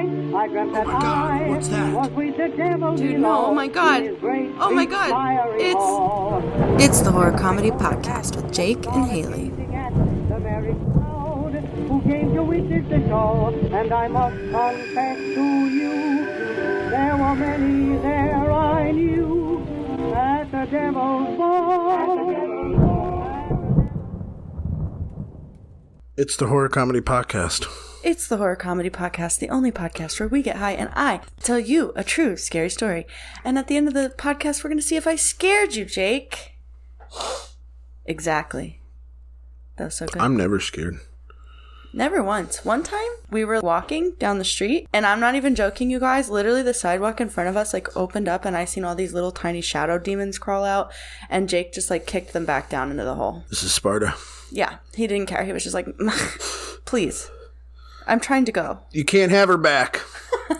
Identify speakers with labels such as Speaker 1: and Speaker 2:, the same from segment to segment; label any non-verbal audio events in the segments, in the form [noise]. Speaker 1: dreamt that
Speaker 2: Oh my God,
Speaker 1: I
Speaker 2: what's that?
Speaker 1: was with the devil
Speaker 3: Dude, no, oh my
Speaker 1: below
Speaker 3: God.
Speaker 1: in his great
Speaker 3: Oh my
Speaker 1: big
Speaker 3: God.
Speaker 1: fiery
Speaker 3: It's-
Speaker 1: hall.
Speaker 4: It's the Horror Comedy Podcast with Jake and Haley.
Speaker 1: Who came to witness the show, and I must confess to you, there were many there I knew at the devil's ball.
Speaker 2: It's the Horror Comedy Podcast.
Speaker 3: It's the Horror Comedy Podcast, the only podcast where we get high and I tell you a true scary story. And at the end of the podcast, we're going to see if I scared you, Jake. Exactly. That was so good.
Speaker 2: I'm never scared.
Speaker 3: Never once. One time we were walking down the street, and I'm not even joking, you guys. Literally, the sidewalk in front of us like opened up, and I seen all these little tiny shadow demons crawl out, and Jake just like kicked them back down into the hole.
Speaker 2: This is Sparta.
Speaker 3: Yeah, he didn't care. He was just like, [laughs] please, I'm trying to go.
Speaker 2: You can't have her
Speaker 3: [laughs]
Speaker 2: back.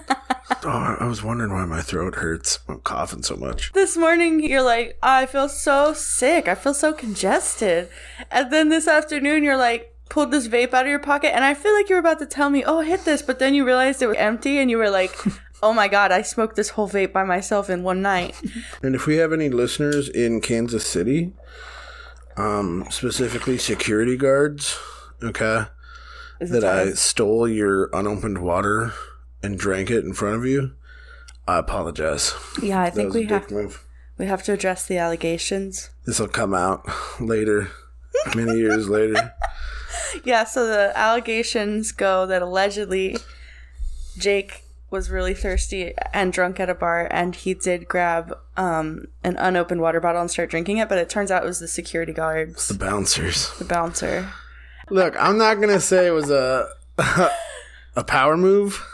Speaker 2: oh, I was wondering why my throat hurts. I'm coughing so much.
Speaker 3: This morning, you're like, I feel so sick. I feel so congested. And then this afternoon, you're like, pulled this vape out of your pocket. And I feel like you were about to tell me, oh, hit this. But then you realized it was empty and you were like, oh my God, I smoked this whole vape by myself in one night.
Speaker 2: And if we have any listeners in Kansas City, um, specifically security guards, okay,
Speaker 3: Is it
Speaker 2: that I
Speaker 3: time?
Speaker 2: stole your unopened water and drank it in front of you, I apologize.
Speaker 3: yeah, I
Speaker 2: That
Speaker 3: think
Speaker 2: was a
Speaker 3: we have,
Speaker 2: dick move.
Speaker 3: we have to address the allegations.
Speaker 2: This will come out later, many years
Speaker 3: [laughs]
Speaker 2: later.
Speaker 3: Yeah, so the allegations go that allegedly Jake was really thirsty and drunk at a bar, and he did grab um, an unopened water bottle and start drinking it. But it turns out it was the security guards,
Speaker 2: The bouncers.
Speaker 3: the bouncer.
Speaker 2: Look, I'm not gonna say it was a [laughs] a power move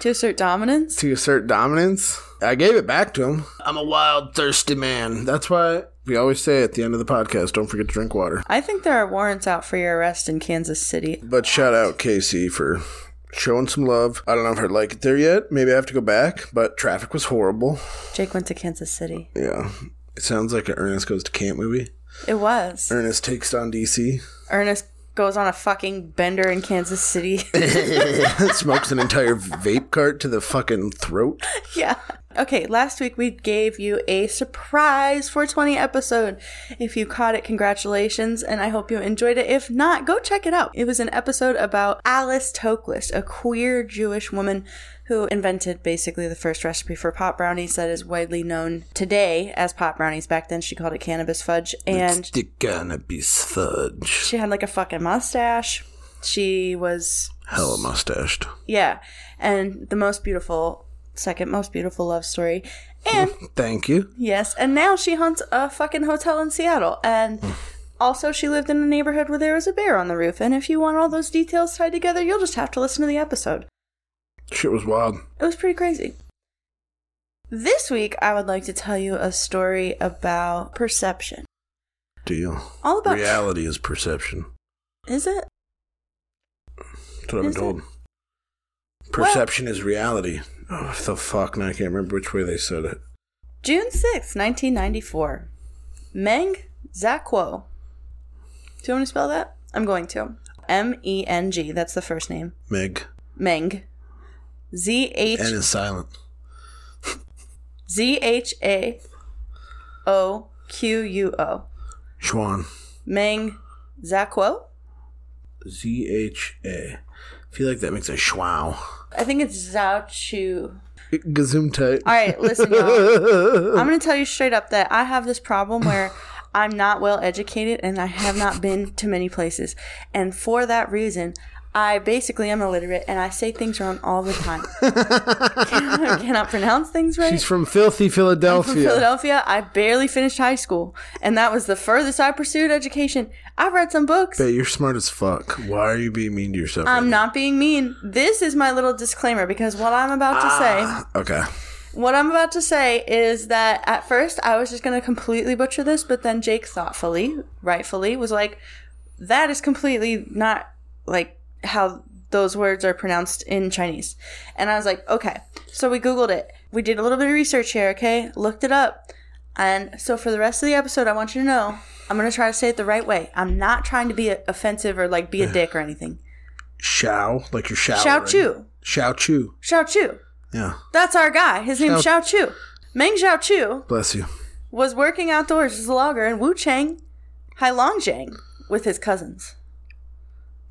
Speaker 3: To assert dominance,
Speaker 2: to assert dominance. I gave it back to him. I'm a wild, thirsty man. That's why we always say at the end of the podcast, don't forget to drink water.
Speaker 3: I think there are warrants out for your arrest in Kansas City.
Speaker 2: But shout out Casey for showing some love. I don't know if I'd like it there yet. Maybe I have to go back. But traffic was horrible.
Speaker 3: Jake went to Kansas City.
Speaker 2: Yeah. It sounds like an Ernest Goes to Camp movie.
Speaker 3: It was.
Speaker 2: Ernest takes on DC,
Speaker 3: Ernest goes on a fucking bender in Kansas City.
Speaker 2: [laughs]
Speaker 3: [laughs]
Speaker 2: smokes an entire vape cart to the fucking throat.
Speaker 3: [laughs] Yeah. Okay, last week we gave you a surprise 420 episode. If you caught it, congratulations, and I hope you enjoyed it. If not, go check it out. It was an episode about Alice Toklas, a queer Jewish woman who invented basically the first recipe for pot brownies that is widely known today as pot brownies. Back then she called it cannabis fudge, and
Speaker 2: Stick cannabis fudge.
Speaker 3: she had like a fucking mustache. She was
Speaker 2: Hella mustached.
Speaker 3: yeah, and the most beautiful, second most beautiful love story. And
Speaker 2: Thank you.
Speaker 3: Yes, and now she hunts a fucking hotel in Seattle. And also, she lived in a neighborhood where there was a bear on the roof. And if you want all those details tied together, you'll just have to listen to the episode.
Speaker 2: Shit was wild.
Speaker 3: It was pretty crazy. This week, I would like to tell you a story about perception.
Speaker 2: Deal.
Speaker 3: All about.
Speaker 2: Reality is perception.
Speaker 3: Is it?
Speaker 2: That's what I've been
Speaker 3: Is it?
Speaker 2: told. Perception is reality. Oh, what the fuck! Now I can't remember which way they said it.
Speaker 3: June sixth, 1994. Meng Zakwo. Do you want me to spell that? I'm going to. M E N G. That's the first name.
Speaker 2: Meg.
Speaker 3: Meng. Z H
Speaker 2: N is silent.
Speaker 3: Z H A O Q U O.
Speaker 2: Schwan.
Speaker 3: Meng Zakwo?
Speaker 2: Z H A. I feel like that makes a schwow.
Speaker 3: I think it's Zhao Chu.
Speaker 2: Gazoomtight.
Speaker 3: All right,
Speaker 2: [laughs]
Speaker 3: listen, y'all. I'm going to tell you straight up that I have this problem where I'm not well educated and I have not been to many places. And for that reason, I basically am illiterate and I say things wrong all
Speaker 2: [laughs]
Speaker 3: the time. [laughs] I cannot pronounce things right.
Speaker 2: She's from filthy Philadelphia.
Speaker 3: from Philadelphia. I barely finished high school, and that was the furthest I pursued education. I've read some books.
Speaker 2: Hey, you're smart as fuck. Why are you being mean to yourself?
Speaker 3: I'm
Speaker 2: right
Speaker 3: not being mean. This is my little disclaimer because what I'm about to say,
Speaker 2: now? Ah, Okay.
Speaker 3: what I'm about to say is that at first I was just going to completely butcher this, but then Jake thoughtfully, rightfully was like that is completely not like how those words are pronounced in Chinese. And I was like, okay. So we googled it. We did a little bit of research here, okay? Looked it up. And so for the rest of the episode, I want you to know I'm going to try to say it the right way. I'm not trying to be offensive or like be a dick or anything.
Speaker 2: Show like you're showering.
Speaker 3: Xiao Chu.
Speaker 2: Xiao Chu.
Speaker 3: Xiao Chu.
Speaker 2: Yeah.
Speaker 3: That's our guy. His name's
Speaker 2: Xiao-
Speaker 3: Xiao Chu. Meng Xiao Chu
Speaker 2: Bless you.
Speaker 3: was working outdoors as a logger in Wuchang, Heilongjiang, with his cousins.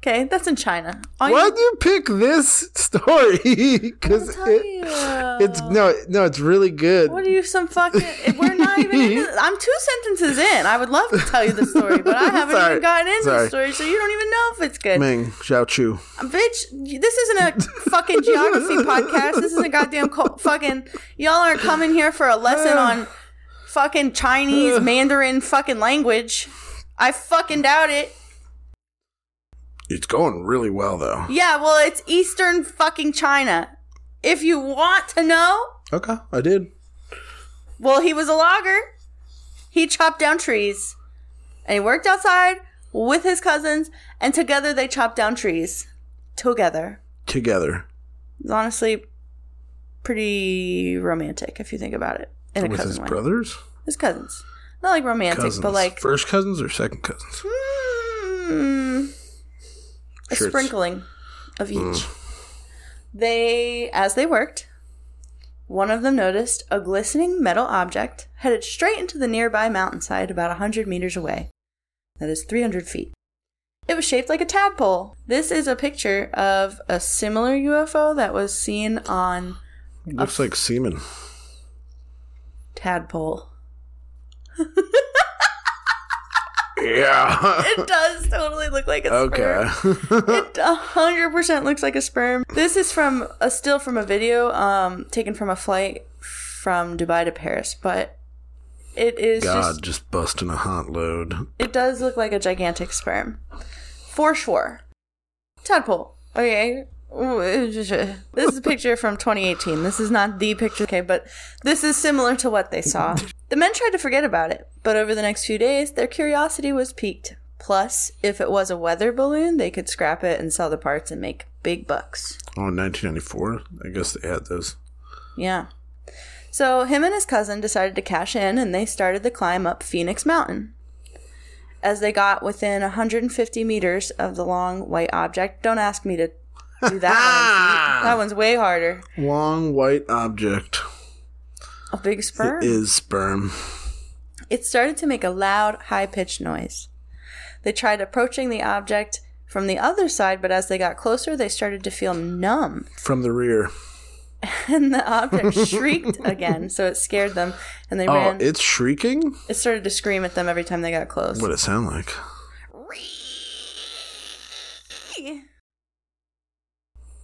Speaker 3: Okay, that's in China. All you-
Speaker 2: Why'd you pick this [laughs] story? Because
Speaker 3: I'll tell you.
Speaker 2: it, it's no, no, it's really good.
Speaker 3: What are you, some fucking? We're not even. Into,
Speaker 2: [laughs]
Speaker 3: I'm two sentences in. I would love to tell you the story, but I haven't
Speaker 2: Sorry.
Speaker 3: even gotten into
Speaker 2: Sorry.
Speaker 3: the story, so you don't even know if it's good.
Speaker 2: Ming Xiao Chu.
Speaker 3: Bitch, this isn't a fucking geography podcast. This isn't goddamn co- fucking. Y'all aren't coming here for a lesson on fucking Chinese Mandarin fucking language. I fucking doubt it.
Speaker 2: It's going really well though.
Speaker 3: Yeah, well, it's Eastern fucking China. If you want to know,
Speaker 2: Okay, I did.
Speaker 3: Well, he was a logger. He chopped down trees. And he worked outside with his cousins, and together they chopped down trees. Together.
Speaker 2: Together
Speaker 3: It's honestly pretty romantic if you think about it. In a
Speaker 2: with
Speaker 3: cousin
Speaker 2: his
Speaker 3: way.
Speaker 2: brothers,
Speaker 3: His cousins. Not like romantic,
Speaker 2: cousins,
Speaker 3: but like
Speaker 2: first cousins or second cousins.
Speaker 3: mm, a
Speaker 2: Sure, it's-
Speaker 3: sprinkling of each.
Speaker 2: Mm.
Speaker 3: They, as they worked, one of them noticed a glistening metal object headed straight into the nearby mountainside about a 100 meters away. That is 300 feet. It was shaped like a tadpole. This is a picture of a similar UFO that was seen on
Speaker 2: Looks like semen.
Speaker 3: Tadpole. [laughs]
Speaker 2: Yeah.
Speaker 3: It does totally look like a sperm.
Speaker 2: okay. [laughs]
Speaker 3: It a hundred percent looks like a sperm. This is from a still from a video um, taken from a flight from Dubai to Paris, but it is
Speaker 2: God,
Speaker 3: just
Speaker 2: just busting a hot load.
Speaker 3: it does look like a gigantic sperm, for sure. Tadpole. Okay. [laughs] This is a picture from 2018. This is not the picture, okay, but this is similar to what they saw. The men tried to forget about it, but over the next few days, their curiosity was piqued. Plus, if it was a weather balloon, they could scrap it and sell the parts and make big bucks.
Speaker 2: Oh, 1994. I guess they had those.
Speaker 3: Yeah. So him and his cousin decided to cash in and they started the climb up Phoenix Mountain. As they got within 150 meters of the long white object, don't ask me to do that
Speaker 2: [laughs] Ah!
Speaker 3: one. That one's way harder.
Speaker 2: Long white object
Speaker 3: A big sperm.
Speaker 2: is sperm.
Speaker 3: It started to make a loud, high pitched noise. They tried approaching the object from the other side, but as they got closer, they started to feel numb. [laughs]
Speaker 2: From the rear.
Speaker 3: And the object
Speaker 2: [laughs]
Speaker 3: shrieked again, so it scared them, and they
Speaker 2: Oh,
Speaker 3: ran. It-,
Speaker 2: it's shrieking?
Speaker 3: started to scream at them every time they got close.
Speaker 2: What it sound like?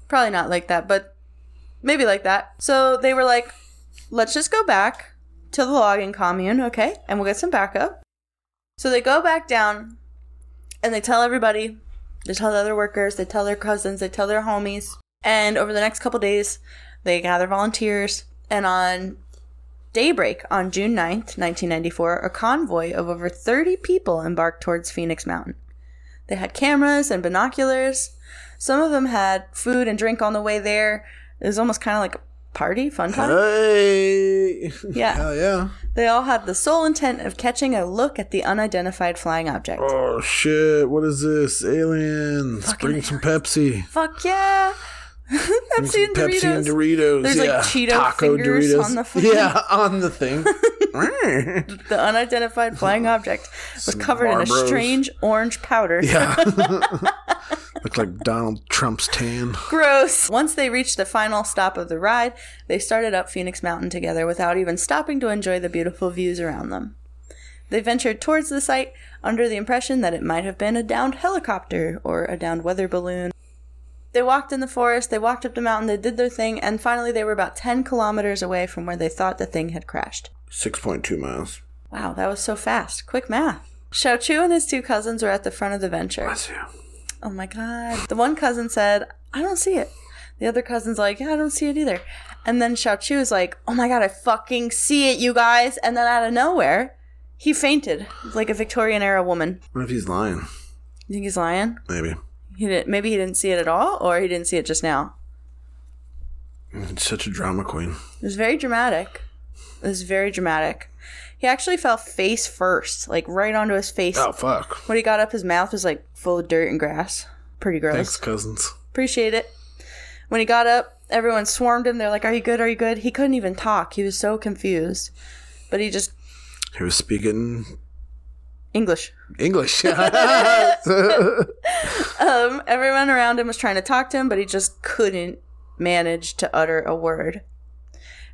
Speaker 3: Probably not like that, but maybe like that. So they were like, let's just go back to the logging commune, okay? And we'll get some backup. So they go back down and they tell everybody, they tell the other workers, they tell their cousins, they tell their homies. And over the next couple days, they gather volunteers. And on daybreak on June 9th, 1994, a convoy of over 30 people embarked towards Phoenix Mountain. They had cameras and binoculars. Some of them had food and drink on the way there. It was almost kind of like a party, fun time.
Speaker 2: Hey!
Speaker 3: Yeah.
Speaker 2: Hell yeah.
Speaker 3: They all had the sole intent of catching a look at the unidentified flying object.
Speaker 2: Oh, shit. What is this? Aliens. Bring some Pepsi.
Speaker 3: Fuck yeah! [laughs] Pepsi and
Speaker 2: Pepsi
Speaker 3: Doritos.
Speaker 2: and Doritos.
Speaker 3: There's, like,
Speaker 2: yeah.
Speaker 3: Cheeto fingers on the fucking-
Speaker 2: Yeah, on the
Speaker 3: [laughs]
Speaker 2: thing.
Speaker 3: the unidentified flying object was covered in
Speaker 2: Marlboros.
Speaker 3: a strange
Speaker 2: [laughs]
Speaker 3: orange powder.
Speaker 2: yeah. [laughs] Looks like Donald Trump's tan.
Speaker 3: Gross. Once they reached the final stop of the ride, they started up Phoenix Mountain together without even stopping to enjoy the beautiful views around them. They ventured towards the site under the impression that it might have been a downed helicopter or a downed weather balloon. They walked in the forest, they walked up the mountain, they did their thing, and finally they were about 10 kilometers away from where they thought the thing had crashed.
Speaker 2: 6.2 miles.
Speaker 3: Wow, that was so fast. Quick math. Xiao Chu and his two cousins were at the front of the venture.
Speaker 2: Bless you.
Speaker 3: Oh my god. The one cousin said, I don't see it. The other cousin's like, Yeah, I don't see it either. And then Xiao Chu is like, Oh my god, I fucking see it, you guys. And then out of nowhere, he fainted like a Victorian era woman.
Speaker 2: What if he's lying?
Speaker 3: You think he's lying?
Speaker 2: Maybe.
Speaker 3: He didn't, maybe he didn't see it at all, or he didn't see it just now.
Speaker 2: It's such a drama queen.
Speaker 3: It was very dramatic. It was very dramatic. He actually fell face first, like right onto his face.
Speaker 2: Oh, fuck.
Speaker 3: When he got up, his mouth was like full of dirt and grass. Pretty gross.
Speaker 2: Thanks, cousins.
Speaker 3: Appreciate it. When he got up, everyone swarmed him. They're like, Are you good? Are you good? He couldn't even talk. He was so confused. But he just,
Speaker 2: He was speaking
Speaker 3: English.
Speaker 2: English. [laughs]
Speaker 3: Um, everyone around him was trying to talk to him, but he just couldn't manage to utter a word.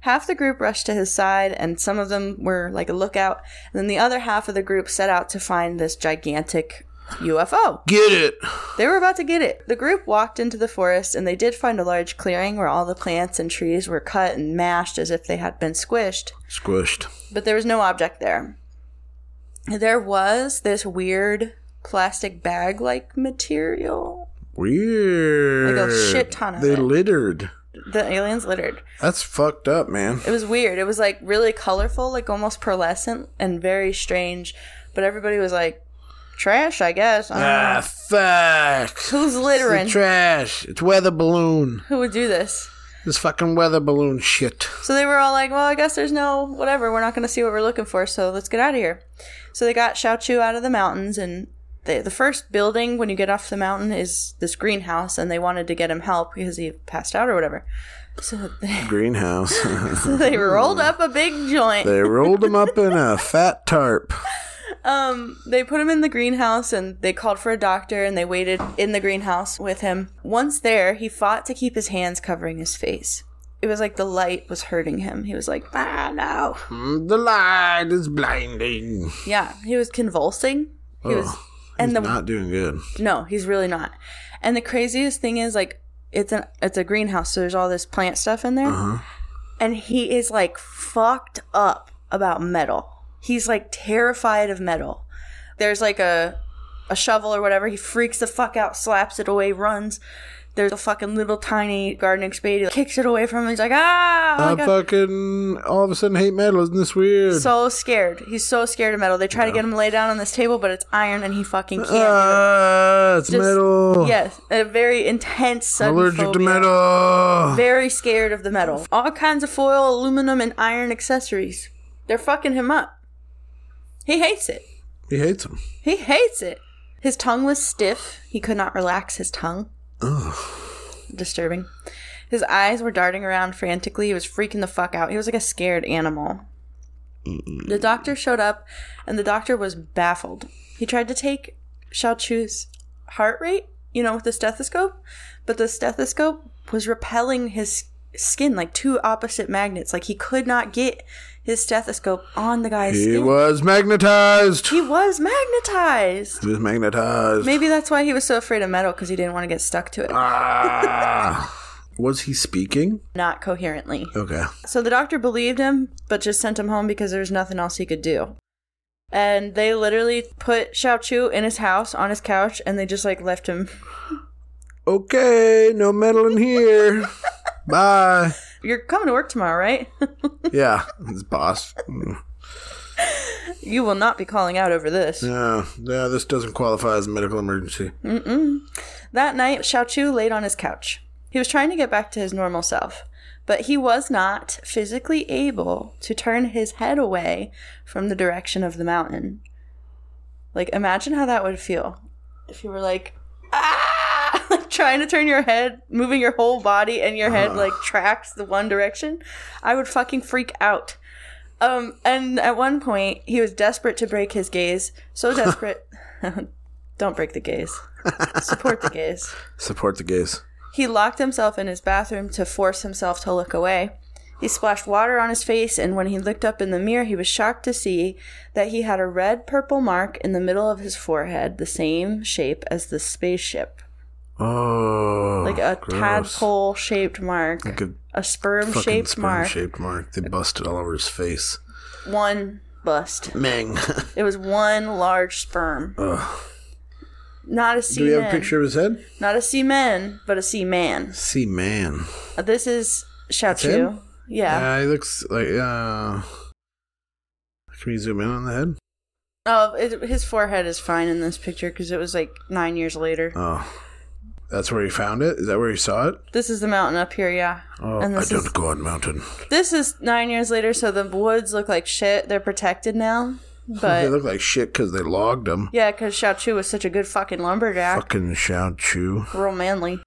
Speaker 3: Half the group rushed to his side, and some of them were like a lookout. And then the other half of the group set out to find this gigantic UFO.
Speaker 2: Get it.
Speaker 3: They were about to get it. The group walked into the forest and they did find a large clearing where all the plants and trees were cut and mashed as if they had been squished,
Speaker 2: Squished.
Speaker 3: but there was no object there. There was this weird plastic bag like material.
Speaker 2: Weird.
Speaker 3: Like a shit ton of
Speaker 2: They
Speaker 3: it.
Speaker 2: littered.
Speaker 3: The aliens littered.
Speaker 2: That's fucked up, man.
Speaker 3: It was weird. It was like really colorful, like almost pearlescent and very strange, but everybody was like, trash, I guess. I don't
Speaker 2: Ah,
Speaker 3: know.
Speaker 2: fuck.
Speaker 3: [laughs] Who's
Speaker 2: It's
Speaker 3: littering?
Speaker 2: the trash. It's weather balloon.
Speaker 3: Who would do this?
Speaker 2: This fucking weather balloon shit.
Speaker 3: So they were all like, well, I guess there's no whatever. We're not going to see what we're looking for. So let's get out of here. So they got Xiaochu out of the mountains. And they, the first building when you get off the mountain is this greenhouse. And they wanted to get him help because he passed out or whatever. So [laughs] they,
Speaker 2: Greenhouse. [laughs]
Speaker 3: so they rolled up a big joint.
Speaker 2: they rolled him up in a fat tarp.
Speaker 3: Um, they put him in the greenhouse and they called for a doctor and they waited in the greenhouse with him. Once there, he fought to keep his hands covering his face. It was like the light was hurting him. He was like, ah, no.
Speaker 2: Mm, The light is blinding.
Speaker 3: Yeah, he was convulsing. He was,
Speaker 2: Ugh,
Speaker 3: and
Speaker 2: He's
Speaker 3: the
Speaker 2: not doing good.
Speaker 3: no, he's really not. And the craziest thing is like it's an it's a greenhouse, so there's all this plant stuff in there, and he is like fucked up about metal. He's like terrified of metal. There's like a a shovel or whatever. He freaks the fuck out, slaps it away, runs. There's a fucking little tiny gardening spade. He kicks it away from him. He's like, ah, oh my
Speaker 2: I
Speaker 3: God."
Speaker 2: fucking all of a sudden hate metal. Isn't this weird?
Speaker 3: so scared. He's so scared of metal. They try to get him to lay down on this table, but it's iron, and he fucking can't. do it.
Speaker 2: ah, it's
Speaker 3: Just-
Speaker 2: metal.
Speaker 3: Yes, a very intense sudden
Speaker 2: Allergic to
Speaker 3: phobia.
Speaker 2: metal.
Speaker 3: Very scared of the metal. All kinds of foil, aluminum, and iron accessories. They're fucking him up. He hates it.
Speaker 2: He hates him.
Speaker 3: He hates it. His tongue was stiff. He could not relax his tongue. Disturbing. His eyes were darting around frantically. He was freaking the fuck out. He was like a scared animal. The doctor showed up, and the doctor was baffled. He tried to take Xiaochu's heart rate, you know, with the stethoscope, but the stethoscope was repelling his skin like two opposite magnets. Like he could not get his stethoscope on the guy's
Speaker 2: He
Speaker 3: skin.
Speaker 2: was magnetized.
Speaker 3: he was magnetized.
Speaker 2: He was magnetized.
Speaker 3: Maybe that's why he was so afraid of metal because he didn't want to get stuck to it.
Speaker 2: Ah. was he speaking?
Speaker 3: Not coherently.
Speaker 2: Okay.
Speaker 3: So the doctor believed him, but just sent him home because there was nothing else he could do. And they literally put Xiao Chu in his house on his couch and they just like left him.
Speaker 2: Okay, no metal in here. Bye.
Speaker 3: You're coming to work tomorrow, right? [laughs]
Speaker 2: Yeah, his boss. Mm.
Speaker 3: you will not be calling out over this.
Speaker 2: Yeah, yeah, this doesn't qualify as a medical emergency.
Speaker 3: That night, Xiao Chu laid on his couch. He was trying to get back to his normal self, but he was not physically able to turn his head away from the direction of the mountain. Like, imagine how that would feel if you were like, ah, [laughs] like trying to turn your head, moving your whole body, and your head like tracks the one direction. I would fucking freak out. Um, and at one point, he was desperate to break his gaze. So desperate. [laughs] Don't break the gaze. Support the gaze.
Speaker 2: Support the gays.
Speaker 3: He locked himself in his bathroom to force himself to look away. He splashed water on his face, and when he looked up in the mirror, he was shocked to see that he had a red purple mark in the middle of his forehead, the same shape as the spaceship.
Speaker 2: Oh,
Speaker 3: Like a
Speaker 2: gross.
Speaker 3: tadpole shaped mark,
Speaker 2: Like a
Speaker 3: a sperm
Speaker 2: fucking
Speaker 3: shaped mark,
Speaker 2: sperm-shaped mark. They busted all over his face.
Speaker 3: one bust.
Speaker 2: Ming.
Speaker 3: It was one large sperm.
Speaker 2: [laughs] Ugh.
Speaker 3: Not a
Speaker 2: Do we
Speaker 3: seaman.
Speaker 2: have a picture of his head?
Speaker 3: Not a seaman, but a seaman. Uh,
Speaker 2: See, man.
Speaker 3: This is Shachu.
Speaker 2: him? Ah,
Speaker 3: Yeah.
Speaker 2: Yeah, he looks like. Uh, can we zoom in on the head?
Speaker 3: Oh, it, his forehead is fine in this picture because it was like nine years later.
Speaker 2: Oh, that's where he found it. Is that where he saw it?
Speaker 3: This is the mountain up here, yeah.
Speaker 2: Oh,
Speaker 3: and
Speaker 2: I
Speaker 3: this
Speaker 2: don't
Speaker 3: is
Speaker 2: go on mountain. [laughs]
Speaker 3: this is nine years later, so the woods look like shit. They're protected now,
Speaker 2: [laughs] they
Speaker 3: but
Speaker 2: look like shit because they logged him.
Speaker 3: yeah, because Xiao Chu was such a good fucking lumberjack,
Speaker 2: Fucking Xiao Chu.
Speaker 3: real manly.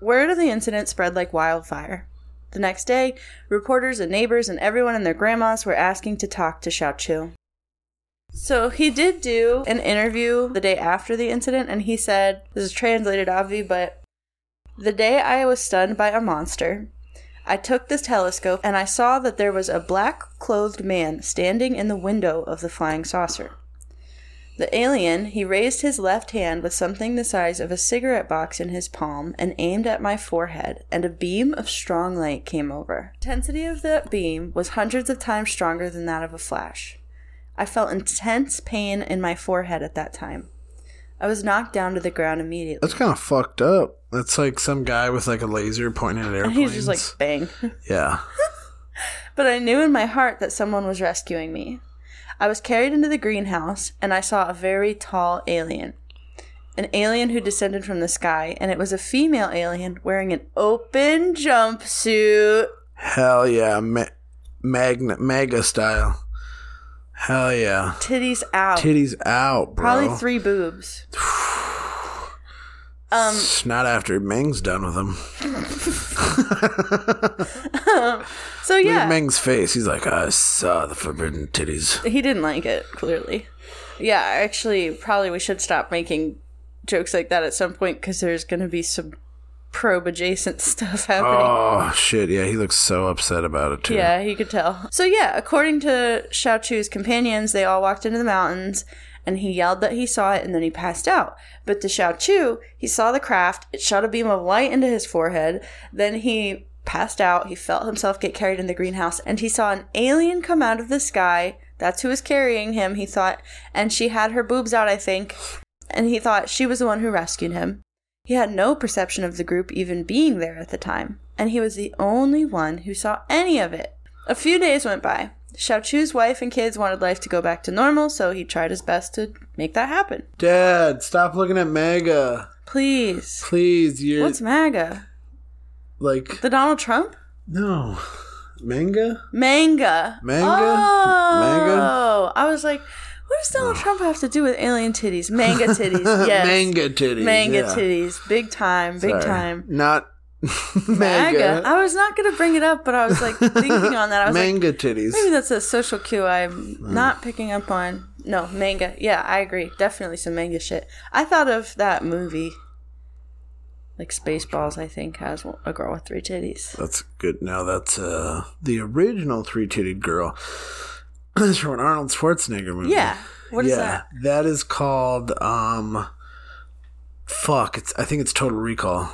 Speaker 3: Word of the incident spread like wildfire. The next day, reporters and neighbors and everyone and their grandmas were asking to talk to Xiaochu. So he did do an interview the day after the incident, and he said, This is translated, obvi, but the day I was stunned by a monster, I took this telescope and I saw that there was a black clothed man standing in the window of the flying saucer. The alien, he raised his left hand with something the size of a cigarette box in his palm and aimed at my forehead, and a beam of strong light came over. The intensity of that beam was hundreds of times stronger than that of a flash. I felt intense pain in my forehead at that time. I was knocked down to the ground immediately.
Speaker 2: That's kind of fucked up. That's like some guy with like a laser pointing at
Speaker 3: And [laughs]
Speaker 2: airplanes.
Speaker 3: he was just like, bang.
Speaker 2: yeah.
Speaker 3: But I knew in my heart that someone was rescuing me. I was carried into the greenhouse and I saw a very tall alien. An alien who descended from the sky, and it was a female alien wearing an open jumpsuit.
Speaker 2: Hell yeah, ma- magna mega style. Hell yeah,
Speaker 3: Titties out.
Speaker 2: titties out, bro.
Speaker 3: Probably
Speaker 2: [laughs]
Speaker 3: three boobs. um,
Speaker 2: It's Not after Meng's done with him.
Speaker 3: so
Speaker 2: Look
Speaker 3: yeah.
Speaker 2: at Meng's face. He's like, I saw the forbidden titties.
Speaker 3: He didn't like it, clearly. Yeah, actually, probably we should stop making jokes like that at some point because there's going to be some probe adjacent [laughs] stuff happening.
Speaker 2: Oh shit! Yeah, he looks so upset about it too.
Speaker 3: Yeah, you could tell. So yeah, according to Xiao Chu's companions, they all walked into the mountains and he yelled that he saw it and then he passed out. But to Xiao Chu, he saw the craft, it shot a beam of light into his forehead, then he passed out, he felt himself get carried in the greenhouse, and he saw an alien come out of the sky. That's who was carrying him, he thought, and she had her boobs out, I think. And he thought she was the one who rescued him. He had no perception of the group even being there at the time, and he was the only one who saw any of it. A few days went by. Xiaochu's wife and kids wanted life to go back to normal, so he tried his best to make that happen.
Speaker 2: Dad, stop looking at Mega,
Speaker 3: Please.
Speaker 2: please. You're
Speaker 3: What's MAGA?
Speaker 2: like
Speaker 3: The Donald Trump?
Speaker 2: no manga.
Speaker 3: Manga.
Speaker 2: Manga?
Speaker 3: Oh,
Speaker 2: Manga?
Speaker 3: I was like, what does Donald Trump have to do with alien titties?
Speaker 2: [laughs]
Speaker 3: Manga titties. Yes.
Speaker 2: manga titties.
Speaker 3: Manga
Speaker 2: yeah.
Speaker 3: titties. Big time. Big
Speaker 2: Sorry.
Speaker 3: time.
Speaker 2: Not [laughs] manga.
Speaker 3: MAGA. I was not going to bring it up, but I was
Speaker 2: [laughs]
Speaker 3: like thinking on that. I was like,
Speaker 2: manga titties.
Speaker 3: Maybe that's a social cue I'm
Speaker 2: Mm.
Speaker 3: not picking up on. No, manga. Yeah, I agree. Definitely some manga shit. I thought of that movie. Like Spaceballs, I think, has a girl with three titties.
Speaker 2: That's good. Now that's uh, the original three titted girl. [clears throat] That's from an Arnold Schwarzenegger movie.
Speaker 3: Yeah. What is that?
Speaker 2: that is called um, fuck. It's I think it's Total Recall.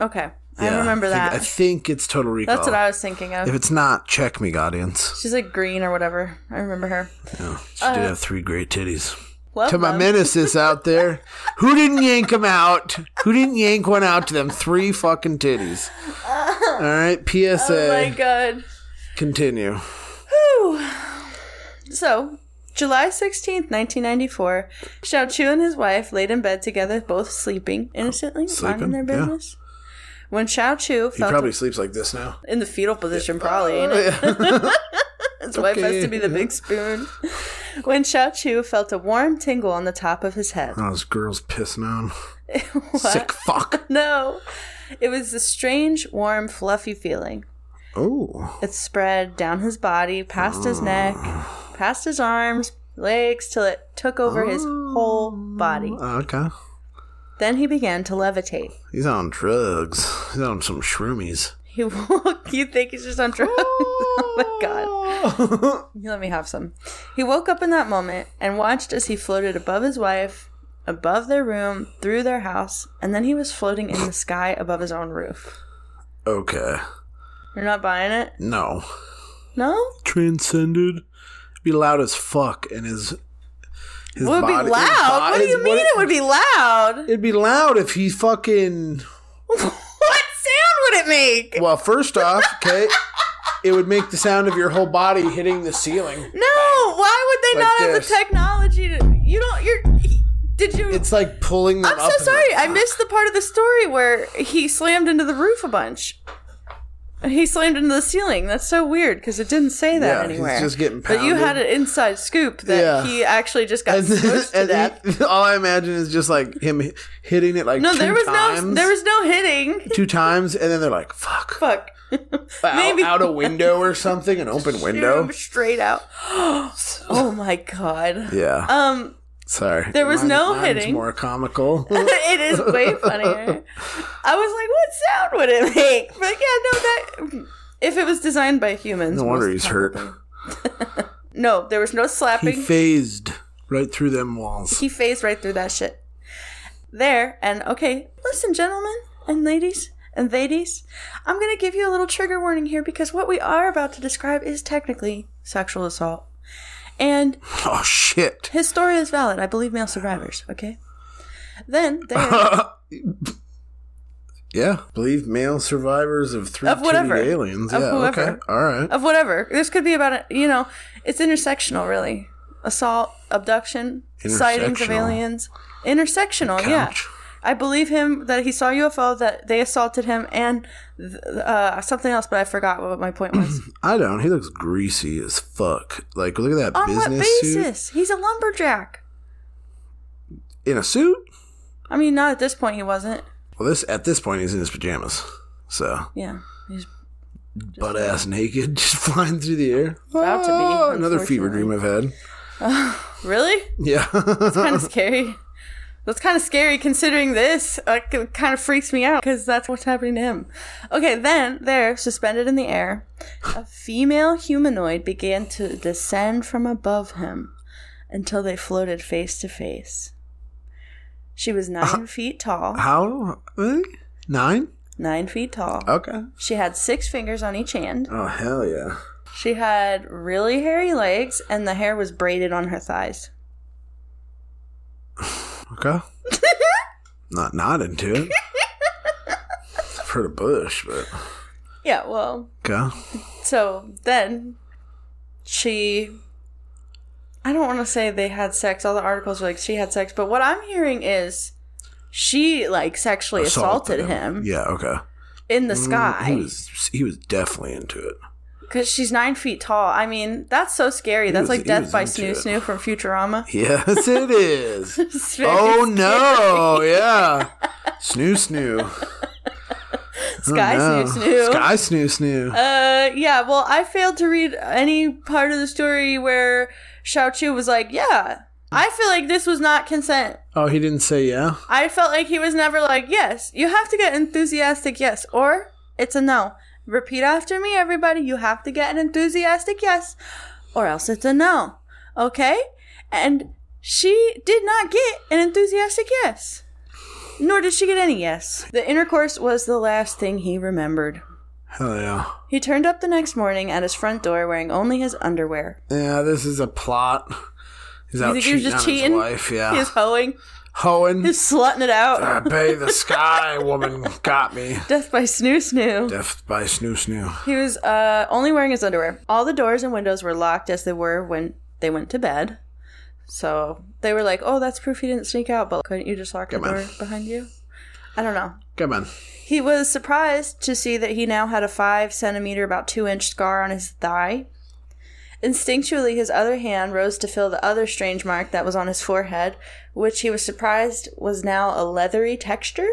Speaker 3: Okay. I
Speaker 2: Yeah,
Speaker 3: remember
Speaker 2: think-
Speaker 3: that.
Speaker 2: I think it's Total Recall.
Speaker 3: that's what I was thinking of.
Speaker 2: If it's not, check me, audience.
Speaker 3: She's like green or whatever. I remember her.
Speaker 2: No, she did have three great titties.
Speaker 3: Well,
Speaker 2: Uh, To my
Speaker 3: done.
Speaker 2: menaces out there, who didn't yank them out? Who didn't yank one out to them three fucking titties? All right,
Speaker 3: Oh my
Speaker 2: PSA.
Speaker 3: god.
Speaker 2: Continue.
Speaker 3: So, July 16th, 1994, Xiao Chu and his wife laid in bed together, both sleeping innocently, minding
Speaker 2: Sleeping,
Speaker 3: their
Speaker 2: yeah.
Speaker 3: business. When Xiao Chu
Speaker 2: He
Speaker 3: felt
Speaker 2: probably sleeps like this now.
Speaker 3: in the fetal position, probably. Ain't
Speaker 2: [laughs]
Speaker 3: it? [laughs] His wife has to be the big spoon. When Xiao Chu felt a warm tingle on the top of his [laughs] head.
Speaker 2: Oh, this girl's pissing on. Sick
Speaker 3: [laughs]
Speaker 2: fuck.
Speaker 3: No, it was a strange, warm, fluffy feeling.
Speaker 2: Oh,
Speaker 3: It spread down his body, past his neck, past his arms, legs, till it took over his whole body.
Speaker 2: Oh. okay.
Speaker 3: Then he began to levitate.
Speaker 2: He's on drugs. He's on some shroomies.
Speaker 3: He woke. You think he's just on drugs? [laughs] oh my
Speaker 2: [laughs]
Speaker 3: god! You let me have some. He woke up in that moment and watched as he floated above his wife, above their room, through their house, and then he was floating in the sky above his own roof.
Speaker 2: okay.
Speaker 3: You're not buying it,
Speaker 2: No.
Speaker 3: no?
Speaker 2: Transcended. Be loud as fuck, and his his
Speaker 3: It would
Speaker 2: body.
Speaker 3: be
Speaker 2: his
Speaker 3: loud. What
Speaker 2: body-
Speaker 3: do you
Speaker 2: his-
Speaker 3: mean it would be loud? [laughs]
Speaker 2: It'd be loud if he fucking.
Speaker 3: what sound would it make?
Speaker 2: Well, first off, okay, it would make the sound of your whole body hitting the ceiling.
Speaker 3: No, why would they
Speaker 2: Like
Speaker 3: not have
Speaker 2: this.
Speaker 3: the technology to? You don't. You're. Did you?
Speaker 2: It's like pulling them
Speaker 3: I'm
Speaker 2: up
Speaker 3: so
Speaker 2: and
Speaker 3: sorry.
Speaker 2: like-
Speaker 3: I missed the part of the story where he slammed into the roof a bunch. He slammed into the ceiling. That's so weird because it didn't say that
Speaker 2: Yeah, he's
Speaker 3: anywhere.
Speaker 2: just getting
Speaker 3: But you had an
Speaker 2: pounded.
Speaker 3: inside scoop that
Speaker 2: Yeah.
Speaker 3: he actually just got
Speaker 2: And, then,
Speaker 3: smushed
Speaker 2: [laughs]
Speaker 3: to
Speaker 2: and
Speaker 3: death.
Speaker 2: he- all I imagine is just like him hi- hitting it like
Speaker 3: no,
Speaker 2: two
Speaker 3: there was
Speaker 2: times,
Speaker 3: no there was no hitting.
Speaker 2: two times, and then they're like, "Fuck!"
Speaker 3: Fuck. [laughs]
Speaker 2: out, out a window or something, an open window.
Speaker 3: Shoot him straight out. [gasps] oh my god.
Speaker 2: Yeah,
Speaker 3: Um,
Speaker 2: sorry.
Speaker 3: there was no
Speaker 2: mine's
Speaker 3: hitting.
Speaker 2: More
Speaker 3: [laughs]
Speaker 2: comical.
Speaker 3: it is way funnier. I was like, what sound would it make? But yeah, no, that if it was designed by humans.
Speaker 2: no wonder
Speaker 3: most-
Speaker 2: he's hurt.
Speaker 3: No, there was no
Speaker 2: He
Speaker 3: slapping. He,
Speaker 2: phased right through them walls.
Speaker 3: phased right through that shit. There and okay, listen, gentlemen and ladies and ladies, I'm gonna give you a little trigger warning here because what we are about to describe is technically sexual assault,
Speaker 2: [laughs]
Speaker 3: and
Speaker 2: Oh shit!
Speaker 3: his story is valid. I believe male survivors. Okay. Then there.
Speaker 2: [laughs] Yeah, believe male survivors of three
Speaker 3: Of whatever.
Speaker 2: aliens.
Speaker 3: Of
Speaker 2: yeah,
Speaker 3: whoever.
Speaker 2: okay, all right.
Speaker 3: of whatever. This could be about a, you know, it's intersectional really. Assault, abduction, sightings of
Speaker 2: Intersectional.
Speaker 3: aliens, intersectional. Yeah,
Speaker 2: Ouch.
Speaker 3: I believe him that he saw UFO that they assaulted him and th- uh, something else, but I forgot what my
Speaker 2: [clears throat]
Speaker 3: point was.
Speaker 2: I don't. He looks greasy as fuck. Like, look at that
Speaker 3: On what
Speaker 2: business suit
Speaker 3: basis? He's a lumberjack.
Speaker 2: in a suit.
Speaker 3: I mean, not at this point he wasn't.
Speaker 2: Well, this at this point he's in his pajamas, so
Speaker 3: Yeah, he's
Speaker 2: butt ass naked, [laughs] just flying through the air.
Speaker 3: About to be,
Speaker 2: Ah, another fever dream
Speaker 3: unfortunately.
Speaker 2: I've had.
Speaker 3: really
Speaker 2: Yeah, [laughs]
Speaker 3: kind of scary. That's kind of scary considering this. Like, it kind of freaks me out because that's what's happening to him. Okay, then there, suspended in the air, a female humanoid began to descend from above him until they floated face to face. She was nine feet tall.
Speaker 2: Uh-huh. how really nine?
Speaker 3: Nine feet tall.
Speaker 2: Okay.
Speaker 3: She had six fingers on each hand.
Speaker 2: Oh hell yeah!
Speaker 3: She had really hairy legs, and the hair was braided on her thighs.
Speaker 2: Okay.
Speaker 3: [laughs]
Speaker 2: Not not into it. I've heard of Bush, but
Speaker 3: Yeah, well,
Speaker 2: okay.
Speaker 3: So then she I don't want to say they had sex. All the articles were like she had sex, but what I'm hearing is she like sexually assaulted, him,
Speaker 2: Yeah. Okay.
Speaker 3: in the
Speaker 2: He
Speaker 3: sky
Speaker 2: was he was definitely into it.
Speaker 3: because she's nine feet tall. I mean, that's so scary. That's
Speaker 2: was-
Speaker 3: like
Speaker 2: he
Speaker 3: death
Speaker 2: was
Speaker 3: by
Speaker 2: into
Speaker 3: Snoo
Speaker 2: it.
Speaker 3: Snoo from Futurama. [laughs]
Speaker 2: Yes, it is.
Speaker 3: It's [laughs] very
Speaker 2: oh no! Yeah. Snoo snoo.
Speaker 3: [laughs] Sky
Speaker 2: Oh,
Speaker 3: Snoo
Speaker 2: no.
Speaker 3: Snoo.
Speaker 2: Sky snoo snoo.
Speaker 3: Uh, yeah. Well, I failed to read any part of the story where Xiaochu was like, "Yeah, I feel like this was not consent.
Speaker 2: oh, he didn't say yeah.
Speaker 3: I felt like he was never like, yes, you have to get enthusiastic, yes, or it's a no. Repeat after me, everybody. You have to get an enthusiastic yes, or else it's a no. Okay? And she did not get an enthusiastic yes, nor did she get any yes. The intercourse was the last thing he remembered.
Speaker 2: Hell yeah.
Speaker 3: He turned up the next morning at his front door wearing only his underwear.
Speaker 2: Yeah, this is a plot. He's out
Speaker 3: think he was
Speaker 2: cheating
Speaker 3: just
Speaker 2: on
Speaker 3: cheating?
Speaker 2: his wife. Yeah,
Speaker 3: He was hoeing,
Speaker 2: hoeing.
Speaker 3: he was slutting it out.
Speaker 2: I pay the sky woman got me.
Speaker 3: [laughs] Death by snoo snoo.
Speaker 2: Death by snoo snoo.
Speaker 3: He was uh, only wearing his underwear. All the doors and windows were locked as they were when they went to bed. So they were like, "Oh, that's proof he didn't sneak out." But couldn't you just lock the
Speaker 2: Come on.
Speaker 3: door behind you? I don't know.
Speaker 2: Come on.
Speaker 3: He was surprised to see that he now had a five centimeter, about two inch scar on his thigh. Instinctually, his other hand rose to feel the other strange mark that was on his forehead, which he was surprised was now a leathery texture.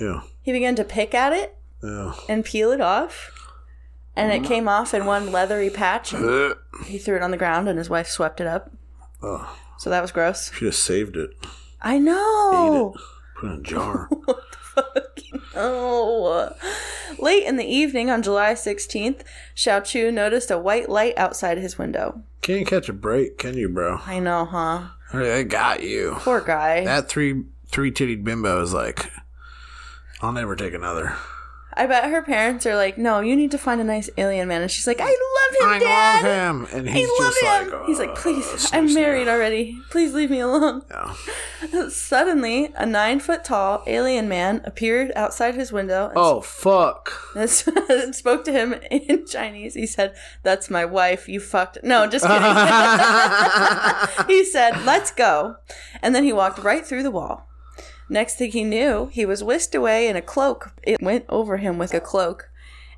Speaker 2: Yeah.
Speaker 3: He began to pick at it
Speaker 2: Yeah.
Speaker 3: and peel it off. And
Speaker 2: Mm.
Speaker 3: it came off in one leathery patch. and
Speaker 2: Ugh.
Speaker 3: He threw it on the ground and his wife swept it up.
Speaker 2: Oh,
Speaker 3: So that was gross.
Speaker 2: should have saved it.
Speaker 3: I know.
Speaker 2: Put it in a
Speaker 3: [laughs]
Speaker 2: jar.
Speaker 3: Oh. Late in the evening on July 16th, Xiao Chu noticed a white light outside his window.
Speaker 2: Can't catch a break, can you, bro?
Speaker 3: I know, huh?
Speaker 2: I got you.
Speaker 3: Poor guy.
Speaker 2: That three three titted bimbo is like, I'll never take another.
Speaker 3: I bet her parents are like, no, you need to find a nice alien man. And she's like, I love him,
Speaker 2: I
Speaker 3: Dad.
Speaker 2: love him, and he's
Speaker 3: I love
Speaker 2: just
Speaker 3: him.
Speaker 2: like, oh,
Speaker 3: He's like, please,
Speaker 2: snoo
Speaker 3: I'm
Speaker 2: snoo."
Speaker 3: married already. Please leave me alone.
Speaker 2: Yeah.
Speaker 3: Suddenly, a nine foot tall alien man appeared outside his window and,
Speaker 2: [laughs] Oh fuck!
Speaker 3: [laughs]
Speaker 2: [laughs]
Speaker 3: and spoke to him in Chinese. He said, That's my wife. You fucked. No, just
Speaker 2: [laughs]
Speaker 3: kidding. [laughs] he said, Let's go. And then he walked right through the wall. Next thing he knew, he was whisked away in a cloak. It went over him with a cloak.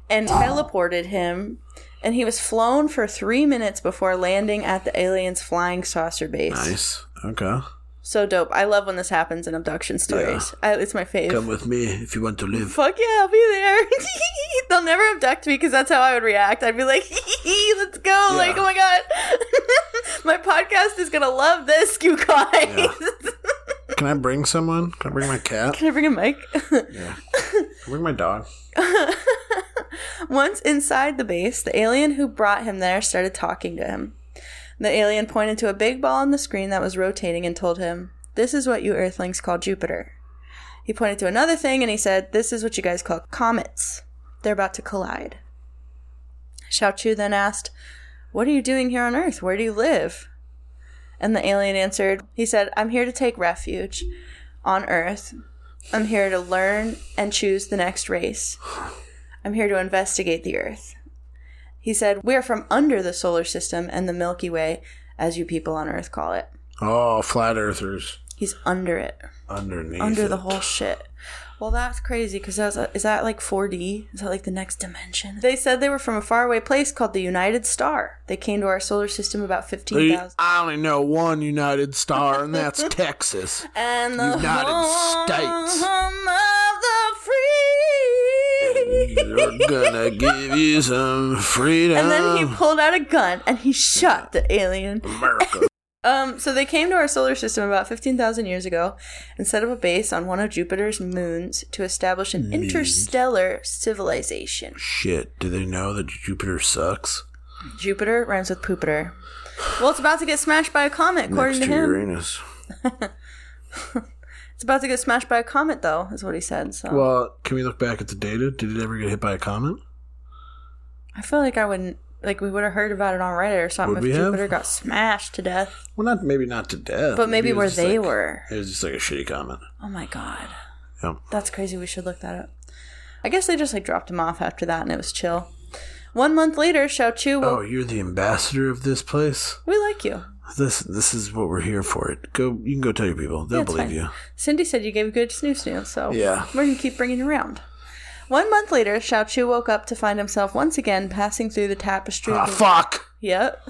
Speaker 3: and teleported him. And he was flown for three minutes before landing at the alien's flying saucer base.
Speaker 2: Nice. Okay.
Speaker 3: So dope. I love when this happens in abduction stories. I, it's my fave.
Speaker 2: Come with me if you want to live.
Speaker 3: Fuck yeah, I'll be there. [laughs] They'll never abduct me because that's how I would react. I'd be like, [laughs] let's go. Like, oh my God. [laughs] my podcast is going to love this, you guys. [laughs]
Speaker 2: Can I bring someone? Can I bring my cat? Can
Speaker 3: Can I bring a mic?
Speaker 2: I bring my dog?
Speaker 3: Once inside the base, the alien who brought him there started talking to him. The alien pointed to a big ball on the screen that was rotating and told him, This is what you Earthlings call Jupiter. He pointed to another thing and he said, This is what you guys call comets. They're about to collide. Xiao Chu then asked, What are you doing here on Earth? Where do you live? And the alien answered, He said, I'm here to take refuge on Earth. I'm here to learn and choose the next race. I'm here to investigate the Earth. He said, We're from under the solar system and the Milky Way, as you people on Earth call it.
Speaker 2: Oh, flat earthers
Speaker 3: He's under it,
Speaker 2: underneath.
Speaker 3: under
Speaker 2: it.
Speaker 3: the whole shit. Well, that's crazy because that's is that like 4D? Is that like the next dimension? They said they were from a faraway place called the United Star. They came to our solar system about
Speaker 2: The-
Speaker 3: 15,000.
Speaker 2: I only know one United Star, and
Speaker 3: [laughs]
Speaker 2: that's Texas.
Speaker 3: And the
Speaker 2: United
Speaker 3: home
Speaker 2: States.
Speaker 3: of the free.
Speaker 2: We're gonna give you some freedom.
Speaker 3: [laughs] And then he pulled out a gun and he shot the alien. [laughs]
Speaker 2: America.
Speaker 3: Um, so they came to our solar system about 15,000 years ago and set up a base on one of Jupiter's moons to establish an interstellar civilization.
Speaker 2: Shit, do they know that Jupiter sucks?
Speaker 3: Jupiter rhymes with Pupiter. Well, it's about to get smashed by a comet, according
Speaker 2: Next to
Speaker 3: to him.
Speaker 2: Uranus.
Speaker 3: It's about to get smashed by a comet, though, is what he said. So
Speaker 2: Well, can we look back at the data? Did it ever get hit by a comet?
Speaker 3: I feel like I wouldn't, like, we would have heard about it on Reddit or something
Speaker 2: Would
Speaker 3: if
Speaker 2: we have?
Speaker 3: Jupiter got smashed to death.
Speaker 2: Well, not maybe not to death,
Speaker 3: But maybe
Speaker 2: it was
Speaker 3: where
Speaker 2: just
Speaker 3: they
Speaker 2: like-
Speaker 3: were.
Speaker 2: It was just like a shitty comet.
Speaker 3: Oh my god.
Speaker 2: Yeah.
Speaker 3: That's crazy. We should look that up. I guess they just like dropped him off after that and it was chill. One month later, Xiao Chu woke
Speaker 2: Oh, you're the ambassador of this place.
Speaker 3: We like you.
Speaker 2: This this is what we're here for. It go. You can go tell your people. They'll
Speaker 3: That's
Speaker 2: believe
Speaker 3: fine.
Speaker 2: you.
Speaker 3: Cindy said you gave good snoo snoo, so
Speaker 2: Yeah.
Speaker 3: we're going to keep bringing you around. One month later, Xiao Chu woke up to find himself once again passing through the tapestry.
Speaker 2: Ah,
Speaker 3: of the-
Speaker 2: fuck.
Speaker 3: Yep.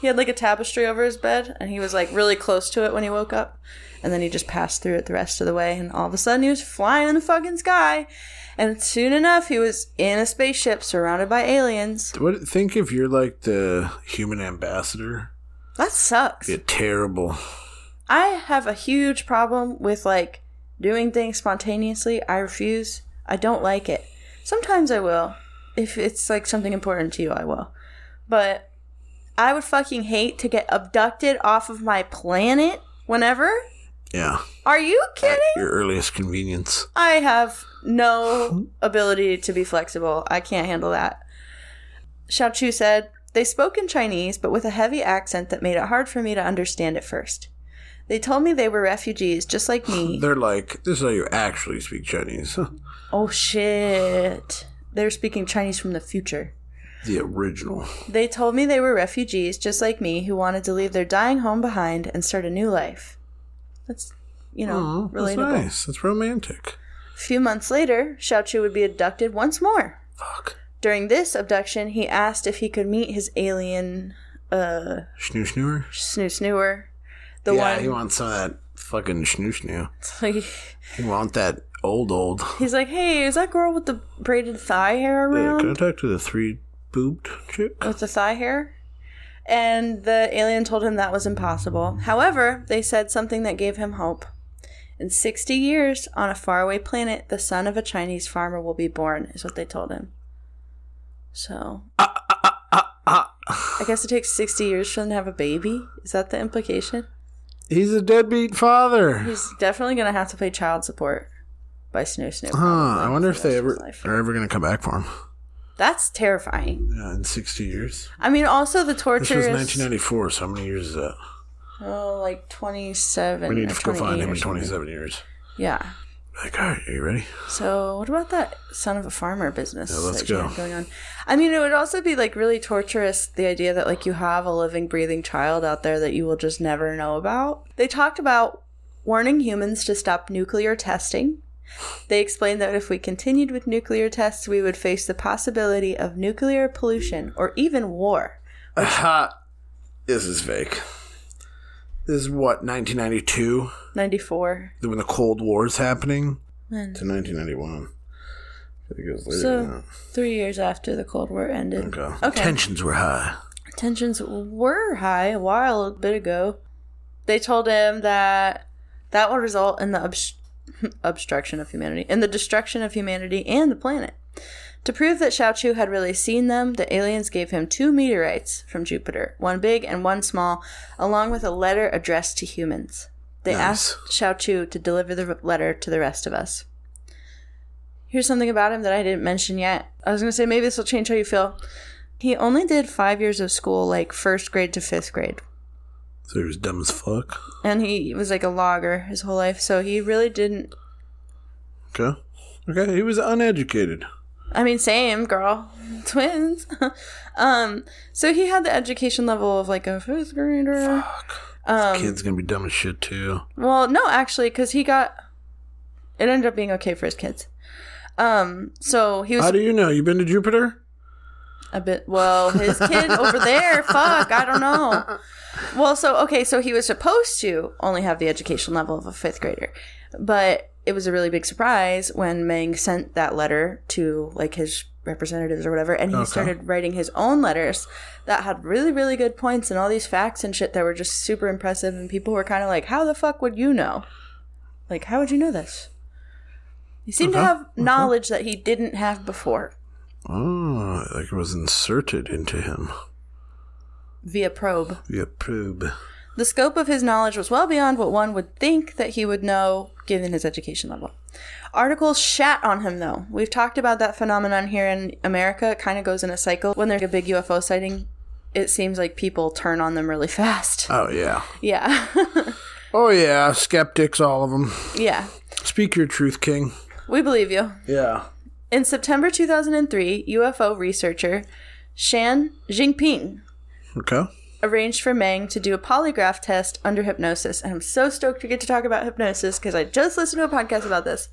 Speaker 3: He had like a tapestry over his bed, and he was like really close to it when he woke up. And then he just passed through it the rest of the way, and all of a sudden he was flying in the fucking sky. And soon enough, he was in a spaceship surrounded by aliens.
Speaker 2: What? Think if you're like the human ambassador.
Speaker 3: That sucks.
Speaker 2: You're terrible.
Speaker 3: I have a huge problem with like doing things spontaneously. I refuse. I don't like it. Sometimes I will. If it's like something important to you, I will. But I would fucking hate to get abducted off of my planet whenever.
Speaker 2: Yeah.
Speaker 3: Are you kidding?
Speaker 2: Your earliest convenience.
Speaker 3: I have no ability to be flexible. I can't handle that. Xiao Chu said, They spoke in Chinese, but with a heavy accent that made it hard for me to understand at first. They told me they were refugees, just like me.
Speaker 2: [sighs] They're like, this is how you actually speak Chinese.
Speaker 3: oh shit. They're speaking Chinese from the future.
Speaker 2: the original.
Speaker 3: They told me they were refugees, just like me, who wanted to leave their dying home behind and start a new life. That's, you know,
Speaker 2: Oh, that's
Speaker 3: relatable.
Speaker 2: nice. That's romantic.
Speaker 3: A few months later, Xiao Chu would be abducted once more.
Speaker 2: Fuck.
Speaker 3: During this abduction, he asked if he could meet his alien uh
Speaker 2: Schnoo schnooer.
Speaker 3: snoo snooer. The
Speaker 2: yeah,
Speaker 3: one
Speaker 2: he wants some of that fucking schnoo schnoo.
Speaker 3: it's [laughs] like,
Speaker 2: He want that old old.
Speaker 3: he's like, Hey, is that girl with the braided thigh hair
Speaker 2: Yeah,
Speaker 3: around?
Speaker 2: can I talk to the three boobed chick?
Speaker 3: with the thigh hair. And the alien told him that was impossible. However, they said something that gave him hope. In 60 years, on a faraway planet, the son of a Chinese farmer will be born, is what they told him. So. I guess it takes 60 years for them to have a baby? Is that the implication?
Speaker 2: He's a deadbeat father.
Speaker 3: He's definitely going to have to pay child support by Snoo Snoo.
Speaker 2: huh.
Speaker 3: probably,
Speaker 2: I wonder
Speaker 3: for
Speaker 2: if
Speaker 3: the
Speaker 2: they
Speaker 3: rest of
Speaker 2: ever
Speaker 3: his life.
Speaker 2: are ever gonna come back for him.
Speaker 3: That's terrifying.
Speaker 2: Yeah, in sixty years.
Speaker 3: I mean, also the
Speaker 2: This
Speaker 3: torture.
Speaker 2: was
Speaker 3: is-
Speaker 2: 1994, so how many years is that?
Speaker 3: Oh, like 27.
Speaker 2: We need
Speaker 3: or
Speaker 2: to go find
Speaker 3: 28
Speaker 2: him
Speaker 3: or
Speaker 2: in
Speaker 3: something.
Speaker 2: 27 years.
Speaker 3: Yeah.
Speaker 2: Like, all right, are you ready?
Speaker 3: So, what about that son of a farmer business
Speaker 2: Yeah, let's
Speaker 3: that you
Speaker 2: go.
Speaker 3: have going on? I mean, it would also be like really torturous the idea that like you have a living, breathing child out there that you will just never know about. They talked about warning humans to stop nuclear testing They explained that if we continued with nuclear tests, we would face the possibility of nuclear pollution or even war.
Speaker 2: Aha. This is fake. This is what 1992
Speaker 3: 94.
Speaker 2: when the Cold War is happening to 1991. It goes later
Speaker 3: So,
Speaker 2: than that.
Speaker 3: three years after the Cold War ended.
Speaker 2: Okay. Tensions were high.
Speaker 3: Tensions were high a while bit ago. They told him that that would result in the obst- [laughs] obstruction of humanity, in the destruction of humanity and the planet. To prove that Xiaochu had really seen them, the aliens gave him two meteorites from Jupiter, one big and one small, along with a letter addressed to humans. They
Speaker 2: Nice.
Speaker 3: asked Xiaochu to deliver the letter to the rest of us. Here's something about him that I didn't mention yet. I was going to say maybe this will change how you feel. He only did five years of school, like first grade to fifth grade.
Speaker 2: So he was dumb as fuck.
Speaker 3: And he was like a logger his whole life, so he really didn't.
Speaker 2: Okay. Okay. He was uneducated.
Speaker 3: I mean, same girl, [laughs] twins. um, so he had the education level of like a fifth grader.
Speaker 2: Kid's gonna be dumb as shit too.
Speaker 3: Well, no, actually, because he got. It ended up being okay for his kids. Um, so he was
Speaker 2: How do you know? You been to Jupiter?
Speaker 3: A bit. Well, his kid over there. Fuck, I don't know. Well, so okay, so he was supposed to only have the education level of a fifth grader, but it was a really big surprise when Meng sent that letter to like his representatives or whatever, and he started writing his own letters that had really, really good points and all these facts and shit that were just super impressive, and people were kind of like, "How the fuck would you know? Like, how would you know this?" He seemed to
Speaker 2: Okay,
Speaker 3: have knowledge that he didn't have before
Speaker 2: Oh, like it was inserted into him
Speaker 3: via probe.
Speaker 2: via probe.
Speaker 3: The scope of his knowledge was well beyond what one would think that he would know given his education level. Articles shat on him, though. We've talked about that phenomenon here in America. It kind of goes in a cycle. When there's a big UFO sighting, it seems like people turn on them really [laughs] fast.
Speaker 2: Oh yeah.
Speaker 3: Yeah. [laughs]
Speaker 2: Oh yeah. Skeptics, all of them.
Speaker 3: yeah.
Speaker 2: Speak your truth, King.
Speaker 3: We believe you.
Speaker 2: Yeah.
Speaker 3: In September 2003, UFO researcher Shan Jinping
Speaker 2: Okay.
Speaker 3: arranged for Meng to do a polygraph test under hypnosis. And I'm so stoked to get to talk about hypnosis because I just listened to a podcast about this.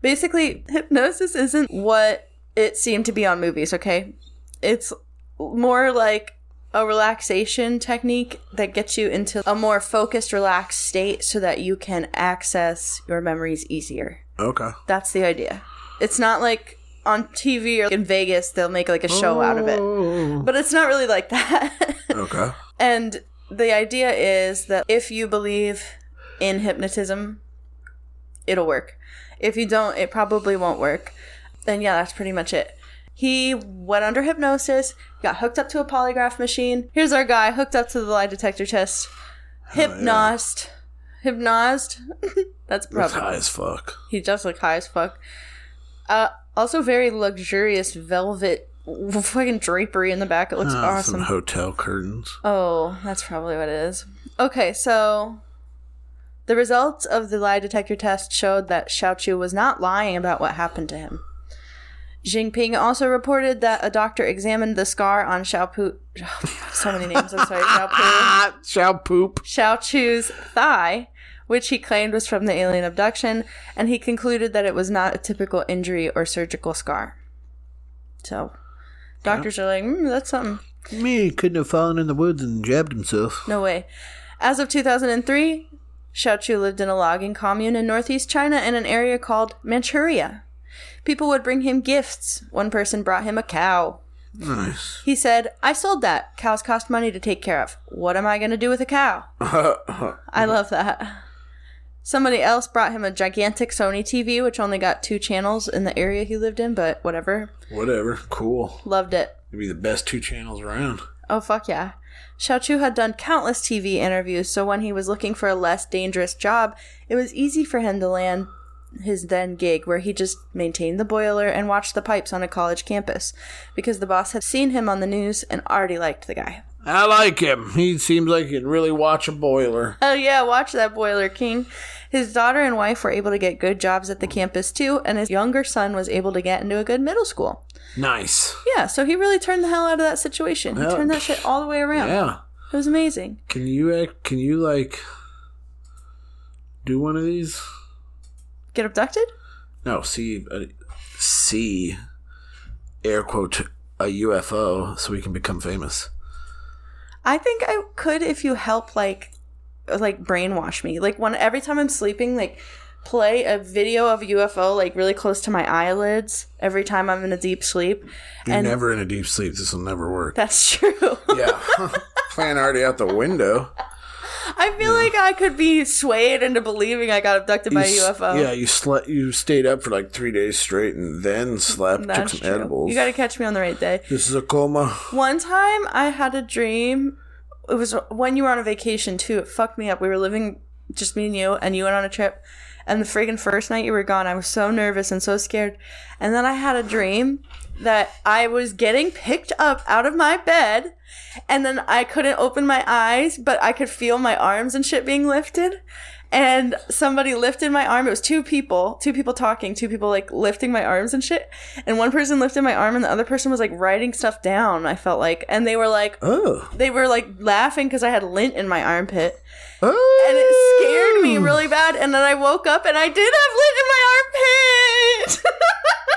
Speaker 3: Basically, hypnosis isn't what it seemed to be on movies, okay? It's more like a relaxation technique that gets you into a more focused, relaxed state so that you can access your memories easier.
Speaker 2: Okay.
Speaker 3: That's the idea. It's not like on TV or in Vegas, they'll make like a show out of it.
Speaker 2: Oh.
Speaker 3: But it's not really like that. [laughs]
Speaker 2: Okay.
Speaker 3: And the idea is that if you believe in hypnotism, it'll work. If you don't, it probably won't work. And yeah, that's pretty much it. He went under hypnosis, got hooked up to a polygraph machine. Here's our guy hooked up to the lie detector test. Hypnosed. Hypnosed. [laughs]
Speaker 2: That's
Speaker 3: that's probably.
Speaker 2: high as fuck.
Speaker 3: He does look high as fuck. Uh, also, very luxurious velvet [laughs] fucking drapery in the back. It looks
Speaker 2: Ah,
Speaker 3: awesome.
Speaker 2: Some hotel curtains.
Speaker 3: Oh, that's probably what it is. Okay, so the results of the lie detector test showed that Xiaochu was not lying about what happened to him. Jinping also reported that a doctor examined the scar on Xiaopu. [laughs] so many names. I'm sorry, Xiaopu.
Speaker 2: Ah, shall poop.
Speaker 3: Xiaochu's thigh, which he claimed was from the alien abduction, and he concluded that it was not a typical injury or surgical scar. So, doctors are like, mm, that's something.
Speaker 2: Me couldn't have fallen in the woods and jabbed himself.
Speaker 3: No way. As of 2003, Xiaochu lived in a logging commune in northeast China in an area called Manchuria. People would bring him gifts. One person brought him a cow.
Speaker 2: Nice. [laughs]
Speaker 3: He said, I sold that. Cows cost money to take care of. What am I going to do with a cow? I love that. Somebody else brought him a gigantic Sony TV, which only got two channels in the area he lived in, but whatever.
Speaker 2: Whatever. Cool.
Speaker 3: Loved it.
Speaker 2: It'd be the best two channels around.
Speaker 3: Oh fuck yeah. Xiaochu had done countless TV interviews, so when he was looking for a less dangerous job, it was easy for him to land his then gig where he just maintained the boiler and watched the pipes on a college campus because the boss had seen him on the news and already liked the guy.
Speaker 2: I like him. He seems like he can really watch a boiler.
Speaker 3: Oh yeah, watch that boiler king. His daughter and wife were able to get good jobs at the campus too, and his younger son was able to get into a good middle school.
Speaker 2: Nice.
Speaker 3: Yeah, so he really turned the hell out of that situation. He
Speaker 2: Yeah.
Speaker 3: turned that shit all the way around.
Speaker 2: Yeah.
Speaker 3: It was amazing.
Speaker 2: Can you act? Can you like do one of these?
Speaker 3: Get abducted?
Speaker 2: no, see, uh, see, air quote, a UFO so we can become famous.
Speaker 3: I think I could if you help like like brainwash me. Like when every time I'm sleeping, like play a video of a UFO like really close to my eyelids every time I'm in a deep sleep.
Speaker 2: You're
Speaker 3: and
Speaker 2: never in a deep sleep. This will never work.
Speaker 3: [laughs] that's true. [laughs]
Speaker 2: yeah. [laughs] Plan already out the window.
Speaker 3: I feel like I could be swayed into believing I got abducted by a
Speaker 2: You s-
Speaker 3: UFO.
Speaker 2: Yeah, you slept. You stayed up for like three days straight, and then slept.
Speaker 3: That's
Speaker 2: took some
Speaker 3: true.
Speaker 2: edibles.
Speaker 3: You got to catch me on the right day.
Speaker 2: this is a coma.
Speaker 3: One time I had a dream. It was when you were on a vacation too. It fucked me up. We were living just me and you, and you went on a trip. And the friggin' first night you were gone, I was so nervous and so scared. And then I had a dream that I was getting picked up out of my bed, and then I couldn't open my eyes, but I could feel my arms and shit being lifted. And somebody lifted my arm. It was two people, two people talking, two people like lifting my arms and shit. And one person lifted my arm, and the other person was like writing stuff down. I felt like, and they were like,
Speaker 2: Oh,
Speaker 3: they were like laughing because I had lint in my armpit,
Speaker 2: oh,
Speaker 3: and it scared me really bad. And then I woke up, and I did have lint in my armpit.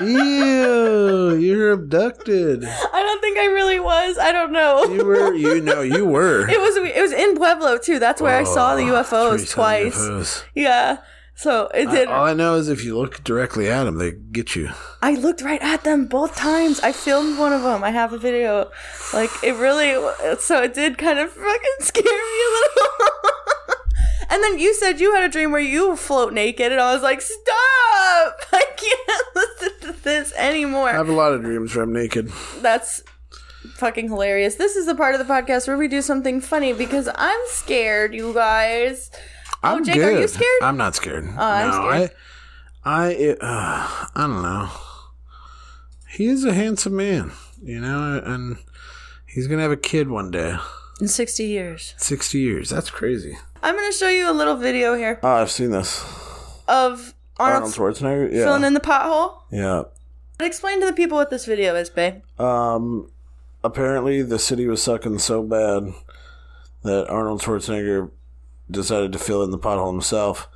Speaker 3: [laughs]
Speaker 2: Ew, you're abducted.
Speaker 3: I don't think I really was. I don't know.
Speaker 2: You were. You know. You were.
Speaker 3: [laughs] It was it was in Pueblo too. That's where I saw the
Speaker 2: Oh, three
Speaker 3: UFOs
Speaker 2: ton
Speaker 3: twice.
Speaker 2: UFOs.
Speaker 3: Yeah. So it did.
Speaker 2: All I know is if you look directly at them, they get you.
Speaker 3: I looked right at them both times. I filmed one of them. I have a video. Like it really. So it did kind of fucking [laughs] scare me a little. [laughs] and then you said you had a dream where you float naked, and I was like, stop! [laughs] I can't [laughs] listen to this anymore.
Speaker 2: I have a lot of dreams where I'm naked.
Speaker 3: Oh, That's fucking hilarious. This is the part of the podcast where we do something funny because I'm scared, you guys.
Speaker 2: I'm
Speaker 3: Jake,
Speaker 2: good.
Speaker 3: are you scared?
Speaker 2: I'm not scared. Oh,
Speaker 3: I'm scared.
Speaker 2: I, I, it, uh, I don't know. He is a handsome man, you know, and he's gonna have a kid one day.
Speaker 3: In 60 years.
Speaker 2: Sixty years. That's crazy.
Speaker 3: I'm going to show you a little video here
Speaker 2: Oh, I've seen this.
Speaker 3: of Arnold,
Speaker 2: Schwarzenegger.
Speaker 3: filling in the pothole.
Speaker 2: yeah.
Speaker 3: Explain to the people what this video is, babe.
Speaker 2: Um, apparently the city was sucking so bad that Arnold Schwarzenegger decided to fill in the pothole himself.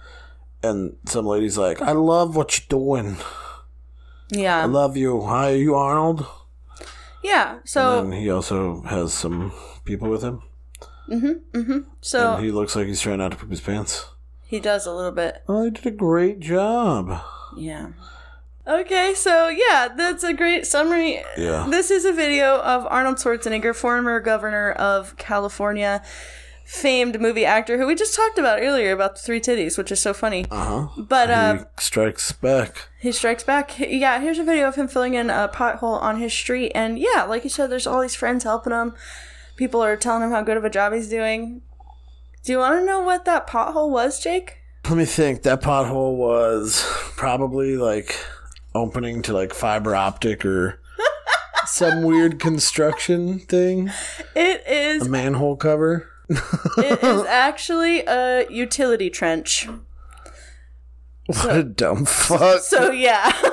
Speaker 2: And some lady's like, "I love what you're doing. I
Speaker 3: Yeah.
Speaker 2: love you. Hi, are you Arnold?"
Speaker 3: Yeah.
Speaker 2: and
Speaker 3: So,
Speaker 2: he also has some people with him.
Speaker 3: mm-hmm, so
Speaker 2: and he looks like he's trying not to poop his pants.
Speaker 3: he does a little bit.
Speaker 2: Oh, he did a great job.
Speaker 3: Yeah. Okay, so yeah, that's a great summary.
Speaker 2: Yeah.
Speaker 3: This is a video of Arnold Schwarzenegger, former governor of California, famed movie actor who we just talked about earlier about the three titties, which is so funny.
Speaker 2: Uh huh.
Speaker 3: But uh,
Speaker 2: he strikes back.
Speaker 3: he strikes back. Yeah, here's a video of him filling in a pothole on his street. And yeah, like you said, there's all these friends helping him. People are telling him how good of a job he's doing. Do you want to know what that pothole was, Jake?
Speaker 2: Let me think. That pothole was probably like opening to like fiber optic
Speaker 3: [laughs]
Speaker 2: or some weird construction thing,
Speaker 3: It is
Speaker 2: a manhole cover.
Speaker 3: it is actually a utility trench.
Speaker 2: What a dumb fuck.
Speaker 3: So yeah. [laughs]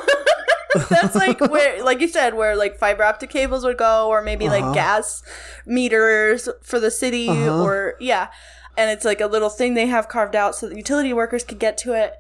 Speaker 3: That's like where like you said where like fiber optic cables would go or maybe like gas meters for the city or yeah. And it's like a little thing they have carved out so that utility workers could get to it.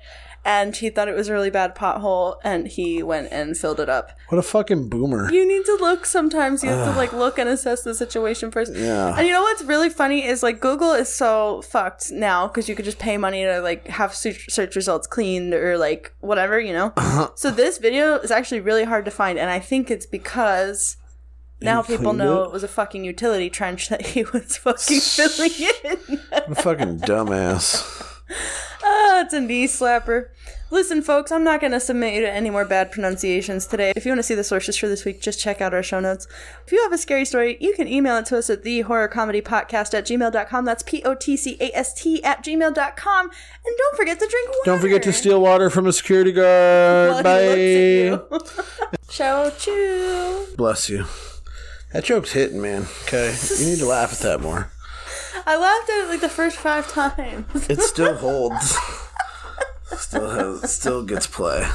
Speaker 3: And he thought it was a really bad pothole and he went and filled it up.
Speaker 2: What a fucking boomer.
Speaker 3: You need to look sometimes. You have to like look and assess the situation first.
Speaker 2: Yeah.
Speaker 3: And you know what's really funny is like Google is so fucked now because you could just pay money to like have search search results cleaned or like whatever, you know?
Speaker 2: Uh-huh.
Speaker 3: so this video is actually really hard to find. And I think it's because now people
Speaker 2: cleaned
Speaker 3: know
Speaker 2: it?
Speaker 3: it? was a fucking utility trench that [laughs] he was
Speaker 2: [laughs]
Speaker 3: fucking filling in.
Speaker 2: What a fucking
Speaker 3: [laughs]
Speaker 2: dumbass.
Speaker 3: Ah, it's a knee slapper. Listen, folks, I'm not going to submit you to any more bad pronunciations today. If you want to see the sources for this week, just check out our show notes. If you have a scary story, you can email it to us at thehorrorcomedypodcast at gmail.com. That's P O T C A S T at gmail.com. And don't forget to drink water.
Speaker 2: Don't forget to steal water from a security guard.
Speaker 3: While he
Speaker 2: Bye.
Speaker 3: looks at you. [laughs] Show chew.
Speaker 2: Bless you. That joke's hitting, man. Okay. You need to laugh at that more.
Speaker 3: I laughed at it like the first five times. [laughs]
Speaker 2: It still holds. Still has still gets play.